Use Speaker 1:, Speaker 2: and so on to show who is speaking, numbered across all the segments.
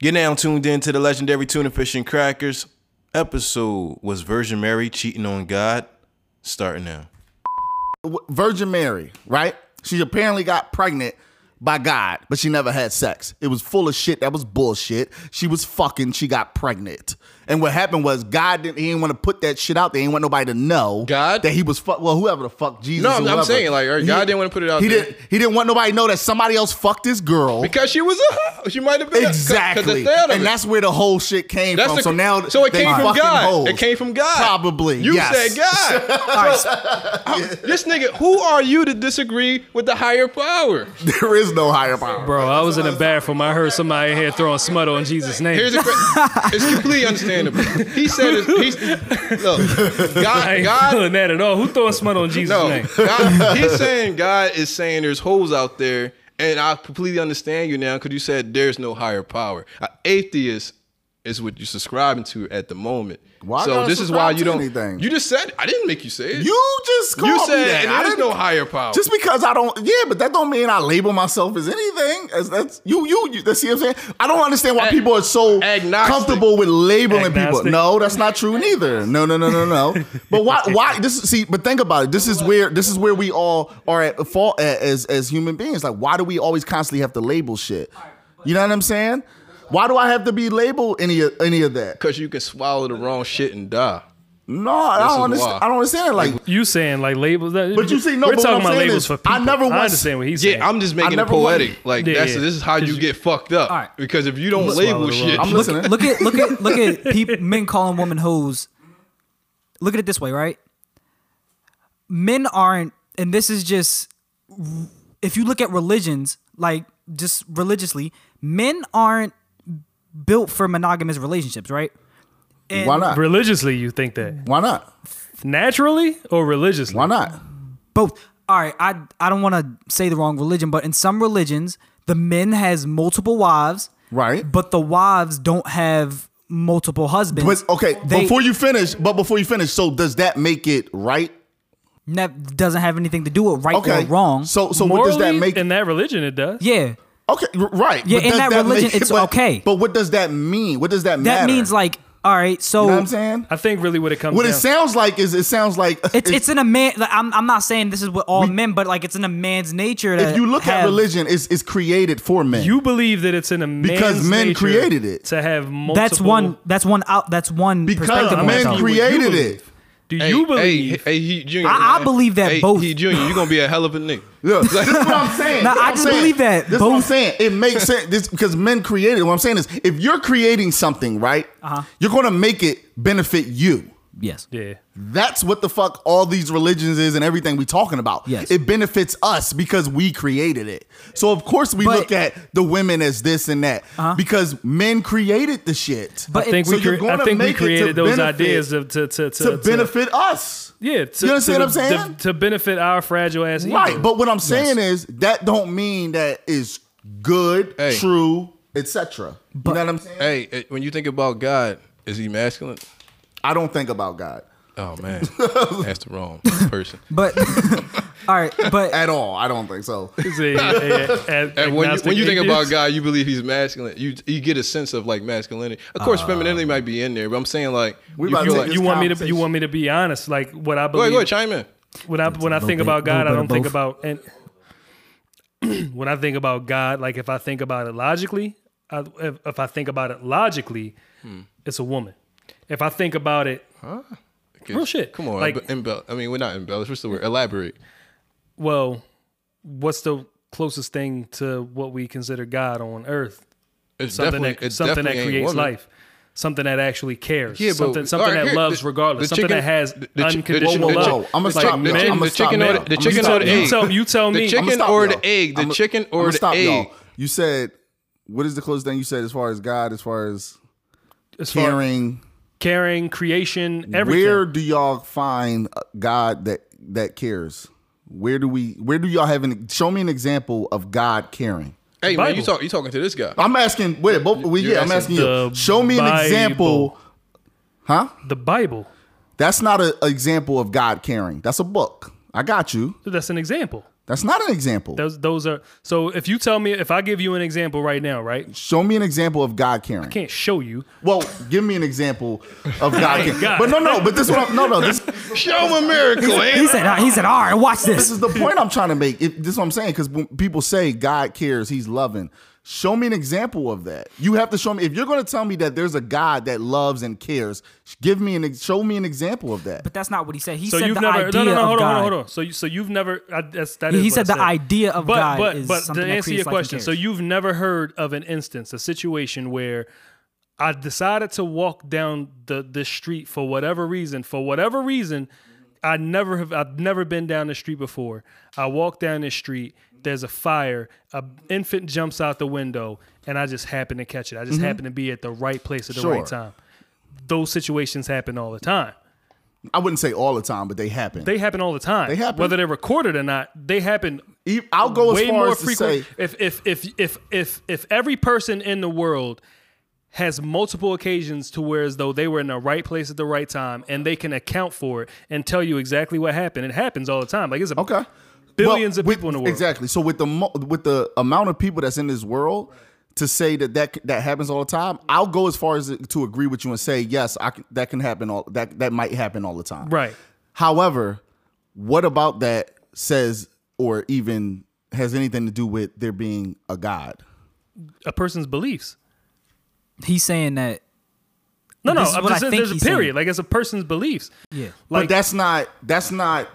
Speaker 1: You're now tuned in to the legendary Tuna Fish and Crackers episode. Was Virgin Mary cheating on God? Starting now.
Speaker 2: W- Virgin Mary, right? She apparently got pregnant by God, but she never had sex. It was full of shit. That was bullshit. She was fucking. She got pregnant. And what happened was God didn't. He didn't want to put that shit out there. He didn't want nobody to know
Speaker 3: God?
Speaker 2: that he was fuck. Well, whoever the fuck Jesus.
Speaker 3: No, I'm- I'm
Speaker 2: whoever.
Speaker 3: saying, like, all right,
Speaker 2: He-
Speaker 3: God didn't wanna put it out
Speaker 2: He
Speaker 3: there.
Speaker 2: didn't. He didn't want nobody to know that somebody else fucked this girl.
Speaker 3: because she was a she might have been a- 'cause- 'cause
Speaker 2: Exactly,
Speaker 3: the thought of
Speaker 2: and
Speaker 3: it.
Speaker 2: that's where the whole shit came
Speaker 3: That's
Speaker 2: from.
Speaker 3: the-
Speaker 2: so now,
Speaker 3: so it
Speaker 2: they
Speaker 3: came from
Speaker 2: fucking
Speaker 3: God.
Speaker 2: hoes.
Speaker 3: It came from God.
Speaker 2: Probably.
Speaker 3: You
Speaker 2: yes.
Speaker 3: said God. this nigga, who are you to disagree with the higher power?
Speaker 2: There is no higher power.
Speaker 4: Bro, I was in the bathroom. I heard somebody in here throwing smut on Jesus' name.
Speaker 3: Here's a cra- it's completely understandable. He said, it's, he's, "Look,
Speaker 4: I
Speaker 3: God,
Speaker 4: ain't
Speaker 3: God,
Speaker 4: feeling that at all. Who throwing smut on Jesus'
Speaker 3: no,
Speaker 4: name?
Speaker 3: God, he's saying God is saying there's holes out there, and I completely understand you now because you said there's no higher power. A atheist is what you're subscribing to at the moment.
Speaker 2: Why
Speaker 3: so
Speaker 2: gotta
Speaker 3: this is why
Speaker 2: subscribe
Speaker 3: you
Speaker 2: to
Speaker 3: don't.
Speaker 2: anything?
Speaker 3: You just said I didn't make you say it.
Speaker 2: You just called
Speaker 3: You
Speaker 2: me
Speaker 3: said
Speaker 2: that. I
Speaker 3: there's
Speaker 2: didn't-
Speaker 3: no higher power.
Speaker 2: Just because I don't, yeah, but that don't mean I label myself as anything. As that's you, you, you that's see what I'm saying. I don't understand why
Speaker 3: Ag-
Speaker 2: people are so
Speaker 3: agnostic.
Speaker 2: comfortable with labeling people.
Speaker 4: Agnostic.
Speaker 2: No, that's not true neither. No, no, no, no, no. but why? Why this? is- See, but think about it. This is where this is where we all are at fault a- as as human beings. Like, why do we always constantly have to label shit? You know what I'm saying? Why do I have to be labeled any of, any of that?
Speaker 3: because you can swallow the wrong shit and die.
Speaker 2: No, I
Speaker 3: is
Speaker 2: don't understand.
Speaker 3: why.
Speaker 2: I don't understand. Like,
Speaker 4: You saying like labels? That,
Speaker 2: But you see, no,
Speaker 4: we're
Speaker 2: but what I'm
Speaker 4: talking about
Speaker 2: saying
Speaker 4: labels
Speaker 2: is,
Speaker 4: for people.
Speaker 2: I never
Speaker 4: I
Speaker 2: once-
Speaker 4: understand what he's saying.
Speaker 3: Yeah, I'm just making it
Speaker 2: never wanted-
Speaker 3: poetic. Like
Speaker 4: Yeah,
Speaker 3: that's
Speaker 4: yeah.
Speaker 3: this is how you get fucked up.
Speaker 5: Alright.
Speaker 3: Because if you don't label
Speaker 4: swallow the
Speaker 3: shit,
Speaker 4: rock.
Speaker 2: I'm listening.
Speaker 5: Look at look at look at peop men calling women hoes. Look at it this way, right? Men aren't, and this is just if you look at religions, like just religiously, men aren't built for monogamous relationships, right? And
Speaker 2: why not?
Speaker 4: Religiously, you think that
Speaker 2: Why not?
Speaker 4: naturally or religiously?
Speaker 2: Why not?
Speaker 5: both all right i i don't want to say the wrong religion but in some religions the men has multiple wives
Speaker 2: Right.
Speaker 5: but the wives don't have multiple husbands
Speaker 2: But okay,
Speaker 5: They
Speaker 2: before you finish, but before you finish, so does that make it right?
Speaker 5: ne- doesn't have anything to do with right
Speaker 2: Okay,
Speaker 5: or wrong
Speaker 2: So, so
Speaker 4: Morally,
Speaker 2: what does that make?
Speaker 4: in that religion? It does.
Speaker 5: yeah
Speaker 2: okay, r- right.
Speaker 5: Yeah,
Speaker 2: but
Speaker 5: in
Speaker 2: does
Speaker 5: that religion,
Speaker 2: make it-
Speaker 5: it's
Speaker 2: but-
Speaker 5: okay.
Speaker 2: But what does that mean? What does that
Speaker 5: that
Speaker 2: matter?
Speaker 5: means like oh, all right so
Speaker 2: you know what I'm saying.
Speaker 4: I think really what it comes.
Speaker 2: What
Speaker 4: down
Speaker 2: it sounds like is it sounds like
Speaker 5: it's, it's in a man like, I'm, I'm not saying this is with all men but like it's in a man's nature to
Speaker 2: if you look at
Speaker 5: have-
Speaker 2: religion, it's it's created for men.
Speaker 4: you believe that it's in a man's
Speaker 2: Because men
Speaker 4: nature
Speaker 2: created it.
Speaker 4: to have multiple.
Speaker 5: that's one that's one out that's one
Speaker 2: because
Speaker 5: perspective on
Speaker 2: men
Speaker 5: something.
Speaker 4: you
Speaker 2: created it.
Speaker 4: believe. Do
Speaker 3: Hey,
Speaker 4: you believe?
Speaker 3: Hey, hey, he, Junior,
Speaker 5: I- I
Speaker 3: man.
Speaker 5: believe that
Speaker 3: hey,
Speaker 5: both.
Speaker 3: He Junior, you're gonna be a hell of a nigga.
Speaker 2: Look, this is what I'm saying.
Speaker 5: Nah,
Speaker 2: This is what
Speaker 5: I
Speaker 2: I'm
Speaker 5: just
Speaker 2: saying.
Speaker 5: believe that
Speaker 2: This is what I'm
Speaker 5: both-
Speaker 2: saying. It makes sense. This because men created. it. What I'm saying is, if you're creating something, right,
Speaker 5: Uh-huh.
Speaker 2: you're going to make it benefit you.
Speaker 5: yes
Speaker 4: yeah.
Speaker 2: That's what the fuck all these religions is and everything we talking about.
Speaker 5: Yes.
Speaker 2: It benefits us because we created it. So of course we
Speaker 5: But- Uh-huh.
Speaker 2: look at the women as this and that because men created the shit.
Speaker 5: But
Speaker 4: I think
Speaker 2: So
Speaker 4: we.
Speaker 2: you're
Speaker 4: Cre- I
Speaker 2: gonna
Speaker 4: think we
Speaker 2: make it to
Speaker 4: created those
Speaker 2: benefit-
Speaker 4: ideas to to to,
Speaker 2: to benefit us.
Speaker 4: Yeah, to,
Speaker 2: You understand
Speaker 4: to,
Speaker 2: what I'm saying?
Speaker 4: To, to benefit our fragile ass ego.
Speaker 2: Right. But what I'm saying is that don't mean that is good,
Speaker 3: Hey.
Speaker 2: true, etc. You know what I'm saying?
Speaker 3: Hey, eh, when you think about God, is he masculine?
Speaker 2: I don't think about God
Speaker 3: Oh man, that's the wrong person.
Speaker 5: but all right but
Speaker 2: at all. I don't think so.
Speaker 4: He's a- a- a-
Speaker 3: And when you,
Speaker 4: agnostic
Speaker 3: when you think about
Speaker 4: atheist.
Speaker 3: God, you believe he's masculine. You you get a sense of like masculinity. Of course, femininity might be in there, but I'm saying like
Speaker 2: We
Speaker 3: you
Speaker 2: about
Speaker 3: feel
Speaker 2: to
Speaker 3: like.
Speaker 2: take
Speaker 4: you
Speaker 2: this
Speaker 4: want me to you
Speaker 2: conversation.
Speaker 4: want me to be honest, like what I
Speaker 3: Go
Speaker 4: believe
Speaker 3: ahead, go ahead, chime in.
Speaker 4: when I when I think
Speaker 5: bit-
Speaker 4: about God, I
Speaker 5: little bit
Speaker 4: don't
Speaker 5: of
Speaker 4: think
Speaker 5: both.
Speaker 4: about and when I think about God, like if I think about it logically, I, if, if I think about it logically,
Speaker 3: Hmm.
Speaker 4: it's a woman. If I think about it, Real shit.
Speaker 3: Come on,
Speaker 4: Like-
Speaker 3: like, embell- I mean, we're not embellish. What's the word? Elaborate.
Speaker 4: well, what's the closest thing to what we consider God on earth?
Speaker 3: It's
Speaker 4: Something
Speaker 3: definitely
Speaker 4: that
Speaker 3: it's
Speaker 4: something that
Speaker 3: definitely ain't
Speaker 4: creates
Speaker 3: woman.
Speaker 4: life. Something that actually cares.
Speaker 3: Yeah, but
Speaker 4: something something
Speaker 3: all right,
Speaker 4: that
Speaker 3: here,
Speaker 4: loves
Speaker 3: the-
Speaker 4: regardless.
Speaker 3: the
Speaker 4: something
Speaker 3: chicken-
Speaker 4: that has
Speaker 3: the- the chi-
Speaker 4: unconditional
Speaker 3: the chi-
Speaker 4: love.
Speaker 3: the chi-
Speaker 2: Whoa, I'ma
Speaker 4: Like,
Speaker 2: stop y'all.
Speaker 4: men-
Speaker 2: I'ma
Speaker 3: the
Speaker 2: stop
Speaker 3: chicken or
Speaker 2: now.
Speaker 3: the, the
Speaker 2: I'ma
Speaker 3: chicken
Speaker 2: stop
Speaker 3: or the
Speaker 2: now.
Speaker 3: egg.
Speaker 4: You tell- you tell me.
Speaker 3: The chicken
Speaker 2: I'ma stop
Speaker 3: or
Speaker 2: y'all.
Speaker 3: the egg. The
Speaker 2: I'ma-
Speaker 3: chicken or
Speaker 2: I'ma
Speaker 3: the
Speaker 2: stop
Speaker 3: egg.
Speaker 2: y'all. You said what is the closest thing you said as far as God, as far as
Speaker 4: as far-
Speaker 2: caring?
Speaker 4: caring, creation, everything.
Speaker 2: Where do y'all find a God that that cares? Where do we? Where do y'all have an? Show me an example of God caring.
Speaker 3: Hey man,
Speaker 4: Bible.
Speaker 3: you talk you talking to this guy.
Speaker 2: I'm asking. Wait, both. well,
Speaker 3: You're
Speaker 2: yeah, I'm asking
Speaker 3: asking
Speaker 2: you.
Speaker 4: the
Speaker 2: Show me an
Speaker 4: Bible.
Speaker 2: example. Huh?
Speaker 4: The Bible.
Speaker 2: That's not an example of God caring. That's a book. I got you.
Speaker 4: That's an example.
Speaker 2: That's not an example.
Speaker 4: Those those are so. If you tell me, if I give you an example right now, right?
Speaker 2: Show me an example of God caring.
Speaker 4: Can't show you.
Speaker 2: Well, give me an example of God caring.
Speaker 4: God.
Speaker 2: But no, no, but this one, no, no, this,
Speaker 3: Show him a miracle,
Speaker 5: He
Speaker 3: ain't it?
Speaker 5: said, he said, all right, watch
Speaker 2: this
Speaker 5: this.
Speaker 2: is the point I'm trying to make. It, this is what I'm saying because when people say God cares, He's loving. Show me an example of that. You have to show me if you're going to tell me that there's a God that loves and cares. Give me an ex- show me an example of that.
Speaker 5: But that's not what he said. He
Speaker 4: So
Speaker 5: said
Speaker 4: you've
Speaker 5: the
Speaker 4: never. No,
Speaker 5: idea
Speaker 4: no, no.
Speaker 5: of
Speaker 4: Hold on,
Speaker 5: God.
Speaker 4: hold on, hold on. So you, so you've never. I, that's that
Speaker 5: He
Speaker 4: is what I
Speaker 5: said the idea of
Speaker 4: but,
Speaker 5: God
Speaker 4: But
Speaker 5: is
Speaker 4: but
Speaker 5: something
Speaker 4: to
Speaker 5: that
Speaker 4: answer
Speaker 5: creates
Speaker 4: your
Speaker 5: life and
Speaker 4: question, so
Speaker 5: cares.
Speaker 4: you've never heard of an instance, a situation where I decided to walk down the the street for whatever reason. For whatever reason, I never have. I've never been down the street before. I walk down the street. There's a fire. A infant jumps out the window, and I just happen to catch it. I just
Speaker 5: Mm-hmm.
Speaker 4: happen to be at the right place at the
Speaker 2: Sure.
Speaker 4: right time. Those situations happen all the time.
Speaker 2: I wouldn't say all the time, but they happen.
Speaker 4: They happen all the time.
Speaker 2: They happen.
Speaker 4: Whether they're recorded or not, they happen
Speaker 2: E- I'll go as
Speaker 4: way
Speaker 2: far
Speaker 4: more
Speaker 2: as to
Speaker 4: frequent.
Speaker 2: say
Speaker 4: If if if if if if every person in the world has multiple occasions to where as though they were in the right place at the right time and they can account for it and tell you exactly what happened. It happens all the time. Like it's a
Speaker 2: okay.
Speaker 4: billions of
Speaker 2: with-
Speaker 4: people in the world.
Speaker 2: Exactly. So with the mo- with the amount of people that's in this world, to say that that c- that happens all the time, I'll go as far as to agree with you and say yes, I can, that can happen all that that might happen all the time.
Speaker 4: Right.
Speaker 2: However, what about that says or even has anything to do with there being a God?
Speaker 4: A person's beliefs.
Speaker 5: He's saying that.
Speaker 4: No, no.
Speaker 5: This is
Speaker 4: I'm
Speaker 5: what
Speaker 4: just
Speaker 5: I
Speaker 4: saying
Speaker 5: think
Speaker 4: there's a
Speaker 5: he's saying.
Speaker 4: period. Like it's a person's beliefs.
Speaker 5: Yeah.
Speaker 2: but that's not that's not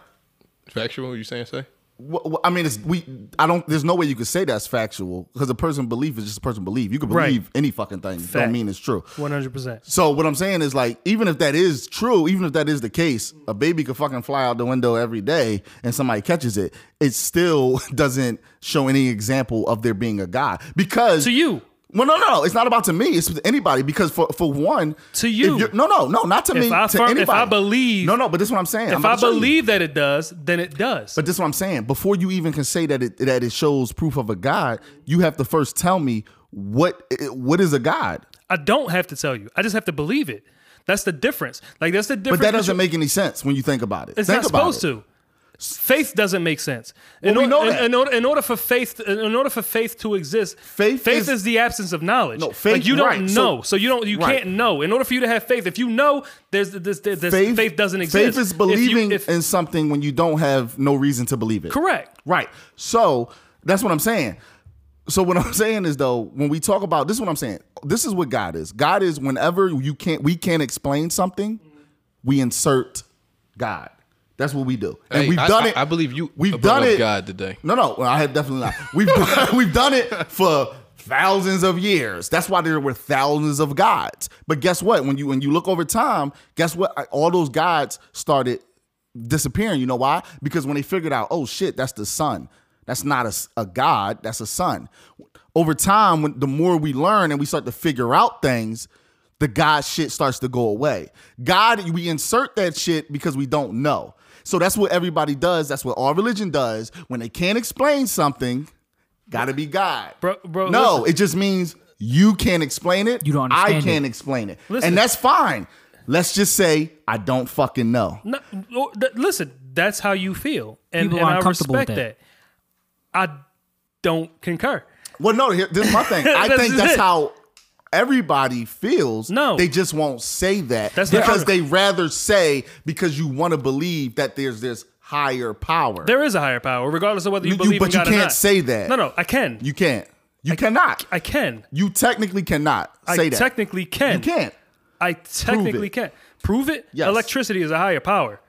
Speaker 3: Factual, what you saying, say?
Speaker 2: Wh- wh- I mean, it's we. I don't. There's no way you could say that's factual because a person belief is just a person belief. You could
Speaker 4: Right.
Speaker 2: believe any fucking thing.
Speaker 4: Fact.
Speaker 2: Don't mean it's true.
Speaker 4: One hundred percent.
Speaker 2: So what I'm saying is like, even if that is true, even if that is the case, a baby could fucking fly out the window every day and somebody catches it. It still doesn't show any example of there being a God because
Speaker 4: To you.
Speaker 2: Well, no, no, it's not about to me. It's to anybody because for for one,
Speaker 4: To you.
Speaker 2: if you're- no, no, no, not to
Speaker 4: If
Speaker 2: me.
Speaker 4: I
Speaker 2: to
Speaker 4: fir- if
Speaker 2: anybody.
Speaker 4: I believe-
Speaker 2: no, no, but this is what I'm saying. I'm
Speaker 4: If
Speaker 2: about
Speaker 4: I
Speaker 2: to show you.
Speaker 4: believe that it does, then it does.
Speaker 2: But this is what I'm saying. Before you even can say that it that it shows proof of a God, you have to first tell me what what is a God.
Speaker 4: I don't have to tell you. I just have to believe it. That's the difference. Like that's the
Speaker 2: But
Speaker 4: difference.
Speaker 2: that doesn't
Speaker 4: between-
Speaker 2: make any sense when you think about it.
Speaker 4: It's
Speaker 2: think
Speaker 4: not
Speaker 2: about
Speaker 4: supposed
Speaker 2: it.
Speaker 4: to. Faith doesn't make sense. in,
Speaker 2: Well, we
Speaker 4: or-
Speaker 2: know
Speaker 4: in-
Speaker 2: that.
Speaker 4: in order, in order for faith, in order for faith to exist,
Speaker 2: Faith
Speaker 4: faith
Speaker 2: is-
Speaker 4: is, the absence of knowledge.
Speaker 2: No, faith-
Speaker 4: Like you don't
Speaker 2: right. So-
Speaker 4: know, so, you don't, you
Speaker 2: right.
Speaker 4: can't know. In order for you to have faith, if you know, there's this, this, this faith, doesn't exist.
Speaker 2: Faith is
Speaker 4: If you-
Speaker 2: believing
Speaker 4: if-
Speaker 2: in something when you don't have no reason to believe it.
Speaker 4: correct.
Speaker 2: Right. So that's what I'm saying. So what I'm saying is though, when we talk about this, is what I'm saying, this is what God is. God is whenever you can't, we can't explain something, we insert God. That's what we do, and
Speaker 3: Hey,
Speaker 2: we've
Speaker 3: I-
Speaker 2: done
Speaker 3: I-
Speaker 2: it.
Speaker 3: I believe you
Speaker 2: We've
Speaker 3: above
Speaker 2: done it.
Speaker 3: God today.
Speaker 2: No, no, well, I have definitely not. We've done, we've done it for thousands of years. That's why there were thousands of gods. But guess what? When you when you look over time, guess what? I- All those gods started disappearing. You know why? Because when they figured out, oh shit, that's the sun. That's not a, s- a god. That's a sun. Over time, when the more we learn and we start to figure out things, the God shit starts to go away. God, we insert that shit because we don't know. So that's what everybody does. That's what all religion does. When they can't explain something, gotta be God.
Speaker 4: Bro- bro,
Speaker 2: no,
Speaker 4: listen.
Speaker 2: it just means you can't explain it.
Speaker 5: You don't
Speaker 2: I
Speaker 5: understand
Speaker 2: can't explain it.
Speaker 4: Listen.
Speaker 2: And that's fine. Let's just say I don't fucking know.
Speaker 4: No, or- th- listen, that's how you feel, and,
Speaker 5: People
Speaker 4: and
Speaker 5: aren't
Speaker 4: I
Speaker 5: comfortable with
Speaker 4: respect that.
Speaker 5: that.
Speaker 4: I don't concur.
Speaker 2: Well, no, here, this is my thing. I
Speaker 4: That's
Speaker 2: think that's
Speaker 4: it.
Speaker 2: how everybody feels.
Speaker 4: No.
Speaker 2: they just won't say that
Speaker 4: That's not
Speaker 2: because
Speaker 4: true.
Speaker 2: they rather say because you want to believe that there's this higher power.
Speaker 4: There is a higher power, regardless of whether you
Speaker 2: You- you-
Speaker 4: believe in
Speaker 2: but you
Speaker 4: God or
Speaker 2: can't
Speaker 4: not.
Speaker 2: say that.
Speaker 4: No, no, I can.
Speaker 2: you can't. You cannot.
Speaker 4: I can.
Speaker 2: you technically cannot say
Speaker 4: I
Speaker 2: that.
Speaker 4: technically can.
Speaker 2: you can't.
Speaker 4: I technically
Speaker 2: it.
Speaker 4: can. Prove it?
Speaker 2: Yes.
Speaker 4: Electricity is a higher power.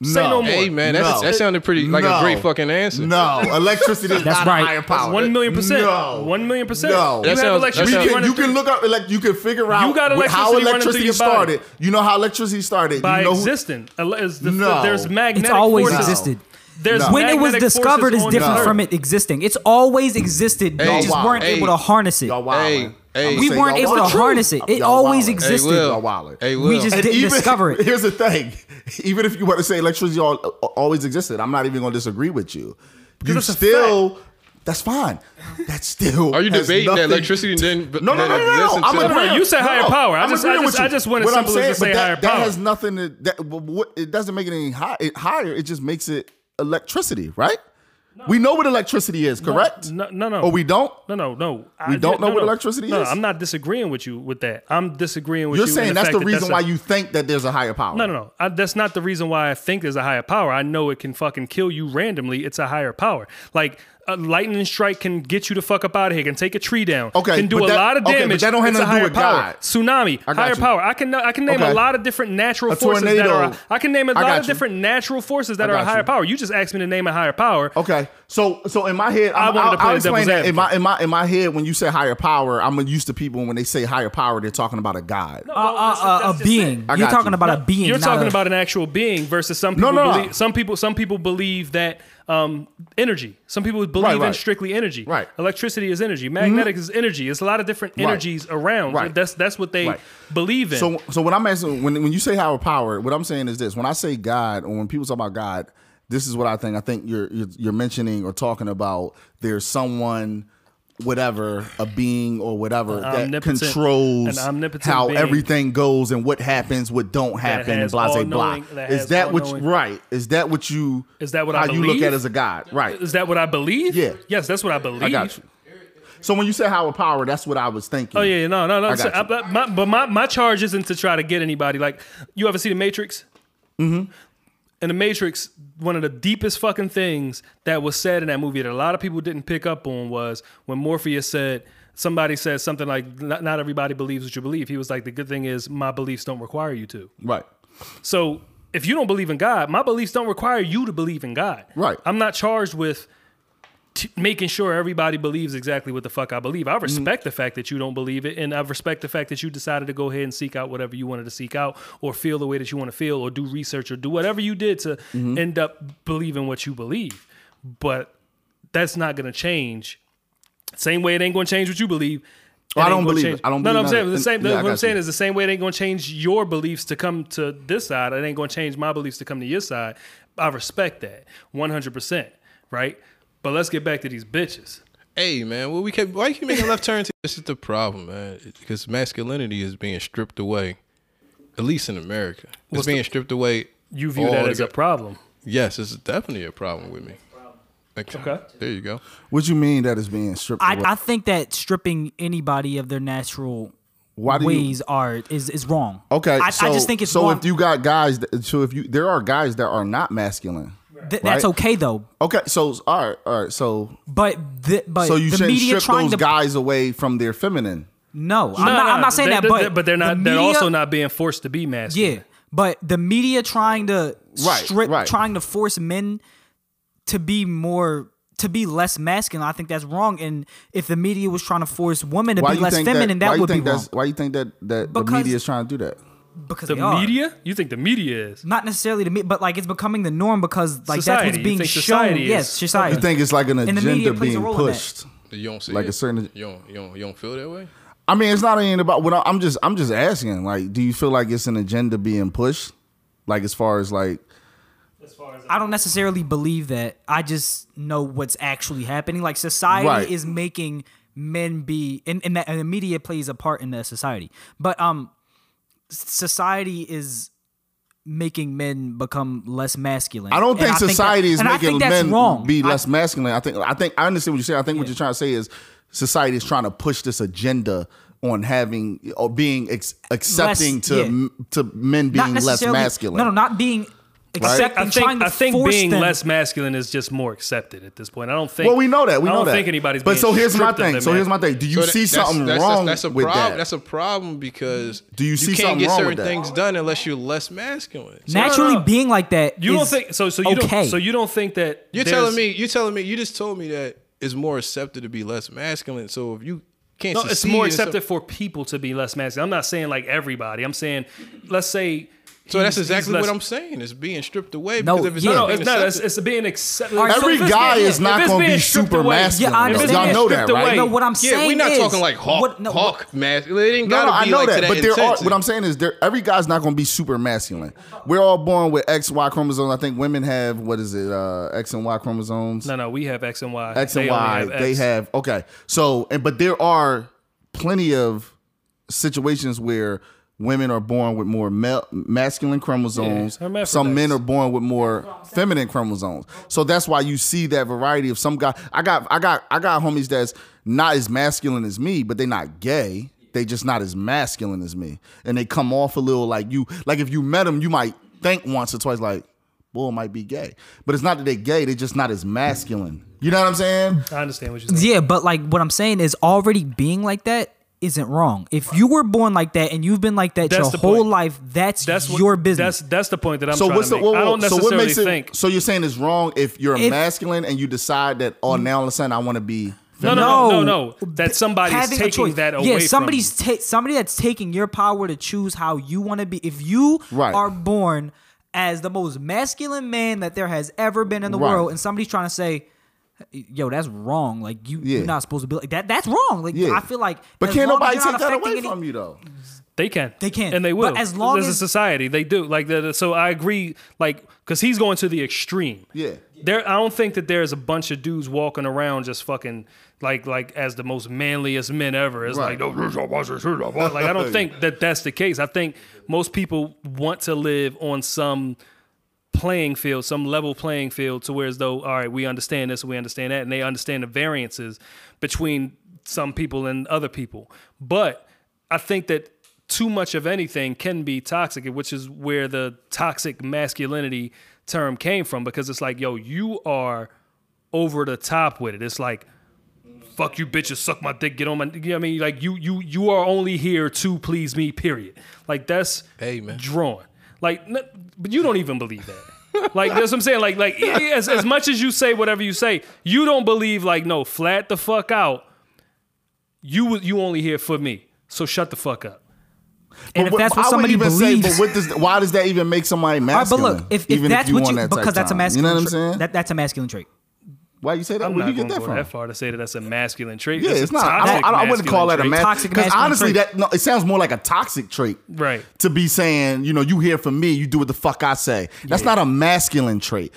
Speaker 2: No.
Speaker 4: Say no more.
Speaker 3: Hey, man, that's- that sounded pretty- like a great fucking answer.
Speaker 2: No, electricity is
Speaker 5: That's
Speaker 2: not a
Speaker 5: right.
Speaker 2: higher power.
Speaker 4: One million percent.
Speaker 2: Uh, No.
Speaker 4: One million percent.
Speaker 2: No.
Speaker 4: You
Speaker 2: That
Speaker 4: have
Speaker 3: sounds- that
Speaker 2: We
Speaker 4: electricity
Speaker 3: sounds-
Speaker 2: can,
Speaker 4: running
Speaker 2: you can look up, elect, you can figure out
Speaker 4: got
Speaker 2: wh- how
Speaker 4: electricity running through
Speaker 2: electricity
Speaker 4: your body.
Speaker 2: started. You know how electricity started.
Speaker 4: by
Speaker 2: you know who-
Speaker 4: existing. Ele- is the-
Speaker 2: No.
Speaker 4: There's
Speaker 2: It's
Speaker 4: magnetic
Speaker 5: It's always
Speaker 4: forces.
Speaker 5: existed.
Speaker 4: There's
Speaker 2: No.
Speaker 5: When it was
Speaker 4: magnetic
Speaker 5: discovered
Speaker 4: forces
Speaker 5: is
Speaker 4: on
Speaker 5: different
Speaker 4: Earth.
Speaker 5: from it existing. It's always existed.
Speaker 3: Hey,
Speaker 5: we just
Speaker 2: wow.
Speaker 5: weren't
Speaker 3: Hey.
Speaker 5: able to harness it.
Speaker 2: Y'all wildin'.
Speaker 3: Hey, hey.
Speaker 2: I'ma
Speaker 5: We
Speaker 2: say
Speaker 5: weren't
Speaker 2: y'all
Speaker 5: able to
Speaker 2: wildin'.
Speaker 5: harness it. It
Speaker 2: Y'all
Speaker 5: always
Speaker 2: wildin'.
Speaker 3: Hey,
Speaker 5: existed.
Speaker 2: Y'all
Speaker 3: Will.
Speaker 2: wildin'.
Speaker 3: Hey, Will.
Speaker 5: We just
Speaker 2: And
Speaker 5: didn't discover it.
Speaker 2: Here's the thing. Even if you want to say electricity al- always existed, I'm not even going to disagree with you. You
Speaker 4: it's a
Speaker 2: still, that's fine. That's still.
Speaker 3: Are you
Speaker 2: has
Speaker 3: debating that
Speaker 2: nothing
Speaker 3: electricity
Speaker 2: to-
Speaker 3: didn't-
Speaker 2: No, no, no, no,
Speaker 3: didn't
Speaker 2: no.
Speaker 3: exist
Speaker 2: no. I'm
Speaker 3: until-
Speaker 2: agreeing-
Speaker 4: No, you said higher power. I
Speaker 2: I'm
Speaker 4: just- I
Speaker 2: agreeing
Speaker 4: just-
Speaker 2: with you.
Speaker 4: I just wanted
Speaker 2: What I'm
Speaker 4: simple as to
Speaker 2: saying, but
Speaker 4: say
Speaker 2: that,
Speaker 4: higher
Speaker 2: That
Speaker 4: power.
Speaker 2: has nothing to. That, what, it doesn't make it any high, it higher. It just makes it electricity, right? We know what electricity is, correct?
Speaker 4: No, no, no.
Speaker 2: Or we don't?
Speaker 4: No, no, no.
Speaker 2: We don't know
Speaker 4: no,
Speaker 2: what
Speaker 4: no.
Speaker 2: electricity
Speaker 4: no,
Speaker 2: is?
Speaker 4: I'm not disagreeing with you with that. I'm disagreeing with
Speaker 2: You're
Speaker 4: you. in
Speaker 2: saying that's
Speaker 4: fact
Speaker 2: the
Speaker 4: that
Speaker 2: reason
Speaker 4: that's a-
Speaker 2: why you think that there's a higher power.
Speaker 4: No, no, no. I, that's not the reason why I think there's a higher power. I know it can fucking kill you randomly. It's a higher power. Like a lightning strike can get you the fuck up out of here. Can take a tree down.
Speaker 2: Okay,
Speaker 4: can do
Speaker 2: but
Speaker 4: a
Speaker 2: that-
Speaker 4: lot of
Speaker 2: okay, but
Speaker 4: damage.
Speaker 2: that don't have
Speaker 4: It's a
Speaker 2: nothing to do
Speaker 4: higher
Speaker 2: with
Speaker 4: power.
Speaker 2: God.
Speaker 4: Tsunami,
Speaker 2: got
Speaker 4: higher
Speaker 2: you.
Speaker 4: power. I can I can name
Speaker 2: Okay.
Speaker 4: a lot of different natural
Speaker 2: A
Speaker 4: forces that
Speaker 2: tornado.
Speaker 4: are. I can name a
Speaker 2: I got
Speaker 4: lot of
Speaker 2: you.
Speaker 4: different natural forces that
Speaker 2: I
Speaker 4: are a
Speaker 2: got
Speaker 4: higher
Speaker 2: you.
Speaker 4: power. You just asked me to name a higher power.
Speaker 2: Okay, so so in my head, I'm,
Speaker 4: wanted to
Speaker 2: I'll,
Speaker 4: play
Speaker 2: I'll
Speaker 4: the
Speaker 2: explain
Speaker 4: devil's
Speaker 2: that in my in my in my head when you say higher power, I'm used to people when they say higher power, they're talking about a god.
Speaker 4: No,
Speaker 5: Uh,
Speaker 4: well, that's-
Speaker 5: uh, uh,
Speaker 4: that's
Speaker 5: a
Speaker 4: just it.
Speaker 5: being.
Speaker 2: I
Speaker 5: You're
Speaker 2: got
Speaker 5: talking
Speaker 2: you.
Speaker 5: about a being.
Speaker 4: You're
Speaker 5: not
Speaker 4: talking
Speaker 5: a-
Speaker 4: about an actual being versus some
Speaker 2: No,
Speaker 4: people.
Speaker 2: no, no.
Speaker 4: believe, Some people. Some people believe that um, energy. Some people believe
Speaker 2: Right,
Speaker 4: in
Speaker 2: right.
Speaker 4: strictly energy.
Speaker 2: Right. Mm-hmm.
Speaker 4: Electricity is energy. Magnetic is energy. It's a lot of different
Speaker 2: Right.
Speaker 4: energies around.
Speaker 2: Right.
Speaker 4: That's that's what they
Speaker 2: Right.
Speaker 4: believe in.
Speaker 2: So so when I'm asking when when you say higher power, what I'm saying is this: when I say God, or when people talk about God, this is what I think. I think you're you're, you're mentioning or talking about there's someone. Whatever a being or whatever that
Speaker 4: omnipotent-
Speaker 2: controls
Speaker 4: an omnipotent
Speaker 2: how
Speaker 4: being.
Speaker 2: everything goes and what happens, what don't happen, and
Speaker 4: has
Speaker 2: blah blah blah.
Speaker 4: all-knowing- that
Speaker 2: Is
Speaker 4: has
Speaker 2: that what you-
Speaker 4: all-knowing-
Speaker 2: right? Is that what you?
Speaker 4: Is that what I
Speaker 2: how you look
Speaker 4: believe?
Speaker 2: at as a god? Right.
Speaker 4: is that what I believe?
Speaker 2: Yeah.
Speaker 4: Yes, that's what I believe.
Speaker 2: I got you. So when you say higher power, that's what I was thinking.
Speaker 4: Oh yeah, yeah, no, no, no.
Speaker 2: I got
Speaker 4: So,
Speaker 2: you.
Speaker 4: I- but my, but my, my charge isn't to try to get anybody. Like you ever see the Matrix? Mm-hmm. In the Matrix, one of the deepest fucking things that was said in that movie that a lot of people didn't pick up on was when Morpheus said somebody said something like not, not everybody believes what you believe. He was like the good thing is my beliefs don't require you to.
Speaker 2: Right.
Speaker 4: So if you don't believe in God, my beliefs don't require you to believe in God.
Speaker 2: Right.
Speaker 4: I'm not charged with t- making sure everybody believes exactly what the fuck I believe. I respect the fact that you don't believe it, and I respect the fact that you decided to go ahead and seek out whatever you wanted to seek out, or feel the way that you want to feel, or do research, or do whatever you did to end up believing what you believe. But that's not going to change. Same way it ain't going to change what you believe.
Speaker 2: Oh, I
Speaker 4: ain't
Speaker 2: don't
Speaker 4: gonna
Speaker 2: believe it.
Speaker 4: change-
Speaker 2: I don't
Speaker 4: No, no,
Speaker 2: believe none
Speaker 4: I'm
Speaker 2: of
Speaker 4: saying
Speaker 2: it.
Speaker 4: the same.
Speaker 2: Yeah, I
Speaker 4: what I'm
Speaker 2: got
Speaker 4: saying
Speaker 2: you.
Speaker 4: is the same way it ain't gonna change your beliefs to come to this side. It ain't gonna change my beliefs to come to your side. I respect that 100, percent right? But let's get back to these bitches.
Speaker 3: Hey man, well we kept why you keep making left turns? This is the problem, man. Because masculinity is being stripped away, at least in America. It's being stripped away.
Speaker 4: You
Speaker 2: Oh,
Speaker 4: view that as a
Speaker 3: altogether.
Speaker 4: problem.
Speaker 3: yes, it's definitely a problem with me. Like,
Speaker 4: Okay.
Speaker 3: There you go.
Speaker 2: What you mean that is being stripped? away?
Speaker 5: I, I think that stripping anybody of their natural
Speaker 2: Why do you-
Speaker 5: ways are is is wrong.
Speaker 2: Okay,
Speaker 5: I,
Speaker 2: so,
Speaker 5: I just think it's
Speaker 2: so
Speaker 5: wrong.
Speaker 2: if you got guys, that, so if you there are guys that are not masculine.
Speaker 5: Th- that's
Speaker 2: right?
Speaker 5: okay though.
Speaker 2: Okay, so all right, all right, so
Speaker 5: But the, but
Speaker 2: so you
Speaker 5: the
Speaker 2: shouldn't
Speaker 5: media
Speaker 2: strip
Speaker 5: trying
Speaker 2: those
Speaker 5: to
Speaker 2: guys away from their feminine.
Speaker 5: no, I'm not. I'm not saying
Speaker 4: they-
Speaker 5: that.
Speaker 4: they-
Speaker 5: But
Speaker 4: but they're not.
Speaker 5: the
Speaker 4: they're
Speaker 5: media-
Speaker 4: also not being forced to be masculine.
Speaker 5: Yeah, but the media trying to
Speaker 2: Right,
Speaker 5: strip,
Speaker 2: right.
Speaker 5: trying to force men to be more, to be less masculine. I think that's wrong. And if the media was trying to force women to
Speaker 2: Why
Speaker 5: be
Speaker 2: you
Speaker 5: less
Speaker 2: think
Speaker 5: feminine,
Speaker 2: that?
Speaker 5: that,
Speaker 2: why you
Speaker 5: would be
Speaker 2: think
Speaker 5: wrong.
Speaker 2: that's? Why you think that that the
Speaker 5: Because-
Speaker 2: media is trying to do that?
Speaker 5: because
Speaker 4: The
Speaker 5: they are.
Speaker 4: media? You think the media is?
Speaker 5: not necessarily to me, but like it's becoming the norm because like that's
Speaker 4: Society.
Speaker 5: what's
Speaker 4: You
Speaker 5: being
Speaker 4: think
Speaker 5: shown.
Speaker 4: society is-
Speaker 5: Yes, society.
Speaker 2: You think it's like an
Speaker 5: the media
Speaker 2: agenda
Speaker 5: plays a
Speaker 2: being
Speaker 5: role in that.
Speaker 2: pushed?
Speaker 3: You don't see
Speaker 2: Like a
Speaker 3: it.
Speaker 2: certain-
Speaker 3: You don't. You don't. You don't feel that way.
Speaker 2: I mean, it's not even about what I- I'm just. I'm just asking. Like, do you feel like it's an agenda being pushed? Like, as far as like,
Speaker 5: I don't necessarily believe that. I just know what's actually happening. Like society
Speaker 2: Right.
Speaker 5: is making men be, and and, that, and the media plays a part in the society. But um, s- society is making men become less masculine.
Speaker 2: I don't
Speaker 5: And
Speaker 2: think
Speaker 5: that-
Speaker 2: society is
Speaker 5: and I
Speaker 2: making
Speaker 5: think that's
Speaker 2: men
Speaker 5: wrong.
Speaker 2: be
Speaker 5: I-
Speaker 2: less masculine. I think I think I understand what you're saying. I think what you're trying to say is society is trying to push this agenda on having or being ex- accepting to
Speaker 5: yeah.
Speaker 2: m- to men being less
Speaker 5: necessarily-
Speaker 2: masculine.
Speaker 5: No, no, not being. Except
Speaker 4: I think,
Speaker 5: trying to
Speaker 4: I think
Speaker 5: force
Speaker 4: being
Speaker 5: them.
Speaker 4: less masculine is just more accepted at this point. I don't think.
Speaker 2: Well, we know that. We
Speaker 4: I
Speaker 2: know
Speaker 4: don't
Speaker 2: that.
Speaker 4: think anybody's.
Speaker 2: But
Speaker 4: being
Speaker 2: so here's my
Speaker 4: stripped of
Speaker 2: thing.
Speaker 4: their
Speaker 2: So here's my
Speaker 4: man-
Speaker 2: thing. Do you
Speaker 3: So
Speaker 2: see
Speaker 3: that- that's-
Speaker 2: something
Speaker 3: that's,
Speaker 2: wrong
Speaker 3: that's, that's a
Speaker 2: with
Speaker 3: problem.
Speaker 2: that?
Speaker 3: That's a problem because
Speaker 2: Do you see
Speaker 3: can't
Speaker 2: something
Speaker 3: get
Speaker 2: wrong
Speaker 3: certain
Speaker 2: with that?
Speaker 3: things done unless you're less masculine. So
Speaker 5: naturally
Speaker 4: no, no.
Speaker 5: being like that.
Speaker 4: You don't
Speaker 5: is
Speaker 4: think so? So you
Speaker 5: okay.
Speaker 4: don't. So you don't think that
Speaker 3: You're
Speaker 4: there's-
Speaker 3: telling me. You're telling me. You just told me that it's more accepted to be less masculine. So if you can't,
Speaker 4: No, it's more accepted
Speaker 3: accepted.
Speaker 4: for people to be less masculine. I'm not saying like everybody. I'm saying, let's say.
Speaker 3: So that's
Speaker 4: he's- he's
Speaker 3: exactly
Speaker 4: less-
Speaker 3: what I'm saying. It's being stripped away
Speaker 5: No,
Speaker 3: because if it's
Speaker 5: yeah.
Speaker 3: not
Speaker 4: No,
Speaker 3: being
Speaker 4: it's not. It's,
Speaker 3: accepted-
Speaker 4: it's being accepted.
Speaker 5: All right, so
Speaker 2: Every
Speaker 5: if it's
Speaker 2: guy
Speaker 5: being-
Speaker 2: is not going to be super masculine.
Speaker 5: Yeah, I
Speaker 2: though.
Speaker 5: understand
Speaker 2: Y'all
Speaker 5: that.
Speaker 2: know that,
Speaker 4: Stripped
Speaker 2: right?
Speaker 4: away.
Speaker 5: No, what I'm
Speaker 3: yeah,
Speaker 5: saying
Speaker 3: we're not
Speaker 5: is-
Speaker 3: talking like Hawk.
Speaker 5: What- no, what-
Speaker 3: Hawk masculine. It ain't
Speaker 2: No,
Speaker 3: gotta
Speaker 2: no, I
Speaker 3: be
Speaker 2: know
Speaker 3: like
Speaker 2: that,
Speaker 3: to that
Speaker 2: but there are.
Speaker 3: intensity.
Speaker 2: What I'm saying is, there every guy's not going to be super masculine. We're all born with X, Y chromosomes. I think women have what is it, uh, X and Y chromosomes?
Speaker 4: No, no, we have X and Y.
Speaker 2: X and
Speaker 4: They only
Speaker 2: Y.
Speaker 4: have
Speaker 2: They
Speaker 4: X.
Speaker 2: have okay. So and but there are plenty of situations where women are born with more mel- masculine chromosomes.
Speaker 4: Yeah, hermaphrodites.
Speaker 2: some men are born with more feminine chromosomes. So that's why you see that variety of some guy. I got I got I got homies that's not as masculine as me, but they not gay. They just not as masculine as me, and they come off a little like you. Like if you met them, you might think once or twice like. Boy, might be gay, but it's not that they gay. They just not as masculine. You know what I'm saying?
Speaker 4: I understand what you're saying.
Speaker 5: Yeah, but like what I'm saying is already being like that isn't wrong. If you were born like that and you've been like that
Speaker 4: That's
Speaker 5: your
Speaker 4: the
Speaker 5: whole
Speaker 4: point.
Speaker 5: life, that's,
Speaker 4: That's what,
Speaker 5: your business.
Speaker 4: That's that's the point that I'm
Speaker 2: So
Speaker 4: trying
Speaker 2: what's
Speaker 4: to
Speaker 2: the
Speaker 4: make.
Speaker 2: whoa, whoa,
Speaker 4: I don't
Speaker 2: so
Speaker 4: necessarily
Speaker 2: what makes it?
Speaker 4: think.
Speaker 2: So you're saying it's wrong if you're
Speaker 5: If-
Speaker 2: masculine and you decide that oh now all of a sudden I want to be.
Speaker 4: No,
Speaker 2: Feminine.
Speaker 4: no, no, no, no. That somebody is
Speaker 5: Having a
Speaker 4: taking
Speaker 5: choice.
Speaker 4: that away.
Speaker 5: Yeah,
Speaker 4: from
Speaker 5: somebody's ta- somebody that's taking your power to choose how you want to be. If you
Speaker 2: Right.
Speaker 5: are born as the most masculine man that there has ever been in the
Speaker 2: Right.
Speaker 5: world, and somebody's trying to say, "Yo, that's wrong. Like you,
Speaker 2: Yeah.
Speaker 5: you're not supposed to be like that. That's wrong. Like
Speaker 2: Yeah.
Speaker 5: I feel like,
Speaker 2: But
Speaker 5: as
Speaker 2: can't
Speaker 5: long as
Speaker 2: nobody
Speaker 5: you're not
Speaker 2: take that
Speaker 5: affecting
Speaker 2: away
Speaker 5: any-
Speaker 2: from you though.
Speaker 4: They can.
Speaker 5: They can.
Speaker 4: And they
Speaker 5: But
Speaker 4: will.
Speaker 5: as long
Speaker 4: There's a
Speaker 5: as-
Speaker 4: society, they do. Like the, so I agree like cuz he's going to the extreme.
Speaker 2: Yeah.
Speaker 4: There I don't think that there's a bunch of dudes walking around just fucking like like as the most manliest men ever. It's
Speaker 2: Right.
Speaker 4: like "Oh, this is a bunch of shit, blah, blah." like I don't think that that's the case. I think most people want to live on some playing field, some level playing field to where as though, all right, we understand this, we understand that, and they understand the variances between some people and other people. But I think that too much of anything can be toxic, which is where the toxic masculinity term came from, because it's like, yo, you are over the top with it. It's like fuck you bitches, suck my dick, get on my you know what I mean? Like you you you are only here to please me, period. Like that's
Speaker 3: Hey, man.
Speaker 4: drawn. Like n- but you don't even believe that. like that's what I'm saying. Like like e- e- as, as much as you say whatever you say, you don't believe like no, flat the fuck out. You was- you only here for me. So shut the fuck up.
Speaker 5: And if
Speaker 2: But
Speaker 5: that's what
Speaker 2: I would
Speaker 5: somebody
Speaker 2: even
Speaker 5: believes,
Speaker 2: Say, but what does, why does that even make somebody
Speaker 5: All right, but
Speaker 2: masculine?
Speaker 5: look, if, if
Speaker 2: even
Speaker 5: that's
Speaker 2: you
Speaker 5: what
Speaker 2: want
Speaker 5: you
Speaker 2: that type
Speaker 5: because that's a
Speaker 2: time?
Speaker 5: masculine,
Speaker 2: You know what I'm
Speaker 5: trait.
Speaker 2: saying?
Speaker 5: That, that's a masculine trait.
Speaker 2: why you say that?
Speaker 4: I'm
Speaker 2: Where
Speaker 4: not
Speaker 2: you get
Speaker 4: going to
Speaker 2: that
Speaker 4: go
Speaker 2: from?
Speaker 4: that far to say that that's a masculine trait.
Speaker 2: Yeah,
Speaker 4: That's
Speaker 2: it's
Speaker 4: a
Speaker 2: not. I, don't,
Speaker 4: toxic
Speaker 2: I, don't- I wouldn't call that a
Speaker 4: masculine trait.
Speaker 2: masculine
Speaker 5: Toxic
Speaker 2: because
Speaker 5: masculine
Speaker 2: honestly,
Speaker 5: trait.
Speaker 2: that no, it sounds more like a toxic trait.
Speaker 4: Right.
Speaker 2: To be saying, you know, you here for me, you do what the fuck I say. That's not a masculine trait.